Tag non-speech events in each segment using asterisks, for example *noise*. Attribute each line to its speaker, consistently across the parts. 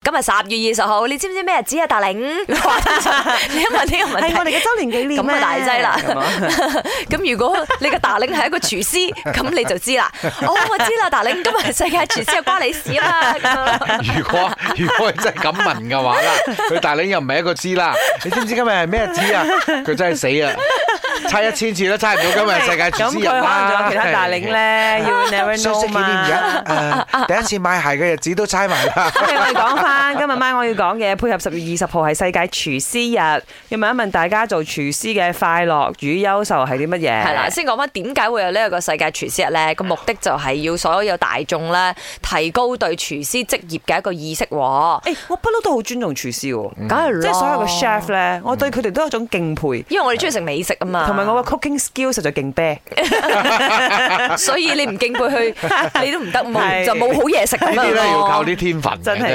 Speaker 1: 今日十月二十號，你知唔知咩日子啊？達
Speaker 2: *laughs*
Speaker 1: 令，你一問呢個問
Speaker 2: 係哎我
Speaker 1: 題。
Speaker 2: 哋嘅周年紀念
Speaker 1: 咁啊大劑啦 *laughs*
Speaker 2: 咁啊
Speaker 1: 咁如果你個達令係一個廚師，咁你就知
Speaker 2: *laughs*
Speaker 1: 啦。哦，我知啦，達令，今日係世界廚師，關你事啦。
Speaker 2: *laughs*
Speaker 1: 咁啊樣咯
Speaker 3: 如果如果真係咁問嘅話啦，佢大你又唔係一個知啦。你知唔知今日係咩知啊？佢真係死啊！猜一千次都猜唔到今日係世界
Speaker 2: 咁
Speaker 3: 廚師
Speaker 2: 佢
Speaker 3: 日
Speaker 2: 可能仲有
Speaker 3: 啦。
Speaker 2: 其他大領咧，要 never
Speaker 3: *laughs* 相識
Speaker 2: know
Speaker 3: 紀念日
Speaker 2: 嘛。 *laughs*
Speaker 3: 誒第一次買鞋嘅日子都猜埋啦。
Speaker 2: OK，我哋講翻今日晚我要講嘅，配合十月二十號係世界廚師日，要問一問大家做廚師嘅快樂與憂愁係啲乜嘢？
Speaker 1: 係啦，先講翻點解會有呢一個世界廚師日咧？個目的就係要所有大眾咧提高對廚師職業嘅一個意識喎。
Speaker 2: 誒，我不嬲都好尊重廚師喎，
Speaker 3: 嗯
Speaker 1: 梗係啦，
Speaker 2: 嗯即係所有嘅 chef 咧，我對佢哋都有一種敬佩，
Speaker 1: 因為我哋中意食美嗯食啊嘛，
Speaker 2: 同埋我嘅 cooking skill 實在勁
Speaker 3: *laughs*
Speaker 2: 啤。
Speaker 1: *laughs* 所以你唔敬佩佢，你都唔得，冇
Speaker 2: *laughs* 係
Speaker 1: 就冇好嘢食咁
Speaker 3: 呢啲
Speaker 1: 樣
Speaker 3: 咧要靠
Speaker 1: 咯。
Speaker 3: 啲天分嘅，
Speaker 2: 真係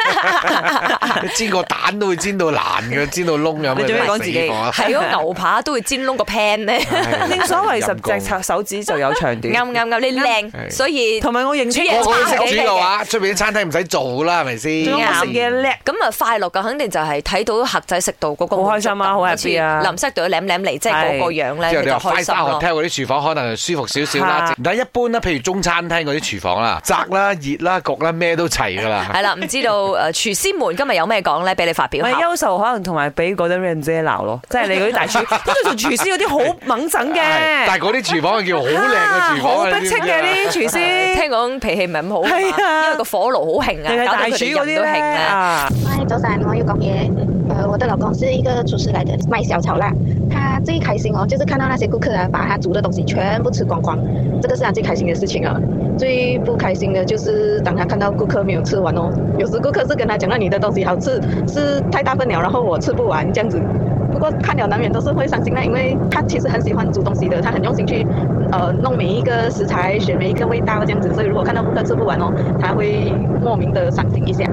Speaker 2: 啊
Speaker 3: *laughs* 係煎個蛋都會煎到爛嘅，煎到窿咁嘅。
Speaker 2: *laughs* 你做咩講自己 *laughs*
Speaker 3: 死火
Speaker 1: 係咯，牛扒都會煎窿個 pan 咧，
Speaker 3: 啊唉
Speaker 2: 正所謂十
Speaker 3: 陰公
Speaker 2: 隻手手指就有長
Speaker 1: *laughs*
Speaker 2: 短， *laughs*
Speaker 1: 啱啱啱，你靚，
Speaker 3: 係
Speaker 1: 所以
Speaker 2: 同埋我認出
Speaker 1: 煮嘢
Speaker 3: 個個都識
Speaker 1: 差唔多
Speaker 3: 煮嘅話，出邊啲餐廳唔使做啦，係咪先？
Speaker 2: 仲有我食嘢叻。
Speaker 1: 咁啊快樂嘅肯定就係睇到客仔食到嗰個
Speaker 2: 好開心啊好 happy 啊
Speaker 1: 淋濕到舐舐嚟，即係
Speaker 2: 係
Speaker 1: 嗰個樣咧，佢
Speaker 3: 之後你
Speaker 1: 就
Speaker 3: 話
Speaker 1: 開
Speaker 3: five
Speaker 1: 心啊 *laughs*
Speaker 3: star
Speaker 1: 咯。
Speaker 3: hotel 嗰啲廚房可能舒服少少啦
Speaker 2: 嚇，
Speaker 3: 但係一般咧，譬如中餐廳嗰啲廚房啦，窄啦、熱啦、焗啦，咩都齊㗎啦。
Speaker 1: 係啦，唔知道誒廚師們今日有咩講咧，俾你發
Speaker 2: 唔
Speaker 1: 表
Speaker 2: 係
Speaker 1: 下。
Speaker 2: 優秀，可能同埋俾嗰啲 Ram 姐鬧咯，即係你嗰啲大廚，跟住做廚師嗰啲好猛整嘅，
Speaker 3: 係但係嗰啲廚房係叫好靚嘅廚
Speaker 2: 啊好
Speaker 3: 房啊，
Speaker 2: 逼
Speaker 3: 你
Speaker 2: 戚
Speaker 3: 知唔知啊
Speaker 2: 嘅啲
Speaker 1: *laughs*
Speaker 2: 廚師，
Speaker 1: *laughs* 聽講脾氣唔係咁好啊
Speaker 2: 係
Speaker 1: 嘛，
Speaker 2: 啊
Speaker 1: 因為個火爐好興
Speaker 2: 你係
Speaker 1: 啊，搞到
Speaker 2: 大
Speaker 1: 佢
Speaker 2: 廚
Speaker 1: 哋
Speaker 2: 嗰啲
Speaker 1: 人都
Speaker 2: 咧
Speaker 1: 興啊。
Speaker 2: 啊，
Speaker 4: 嗨，早上我又讲爷。呃，我的老公是一个厨师来的，卖小炒啦。他最开心哦，就是看到那些顾客啊，把他煮的东西全部吃光光，这个是他最开心的事情啊。最不开心的就是当他看到顾客没有吃完哦，有时顾客是跟他讲到你的东西好吃，是太大份了，然后我吃不完哦这样子。不过看了难免都是会伤心啦，因为他其实很喜欢煮东西的，他很用心去呃弄每一个食材，选每一个味道这样子，所以如果看到顾客吃不完哦，他会莫名的伤心一下。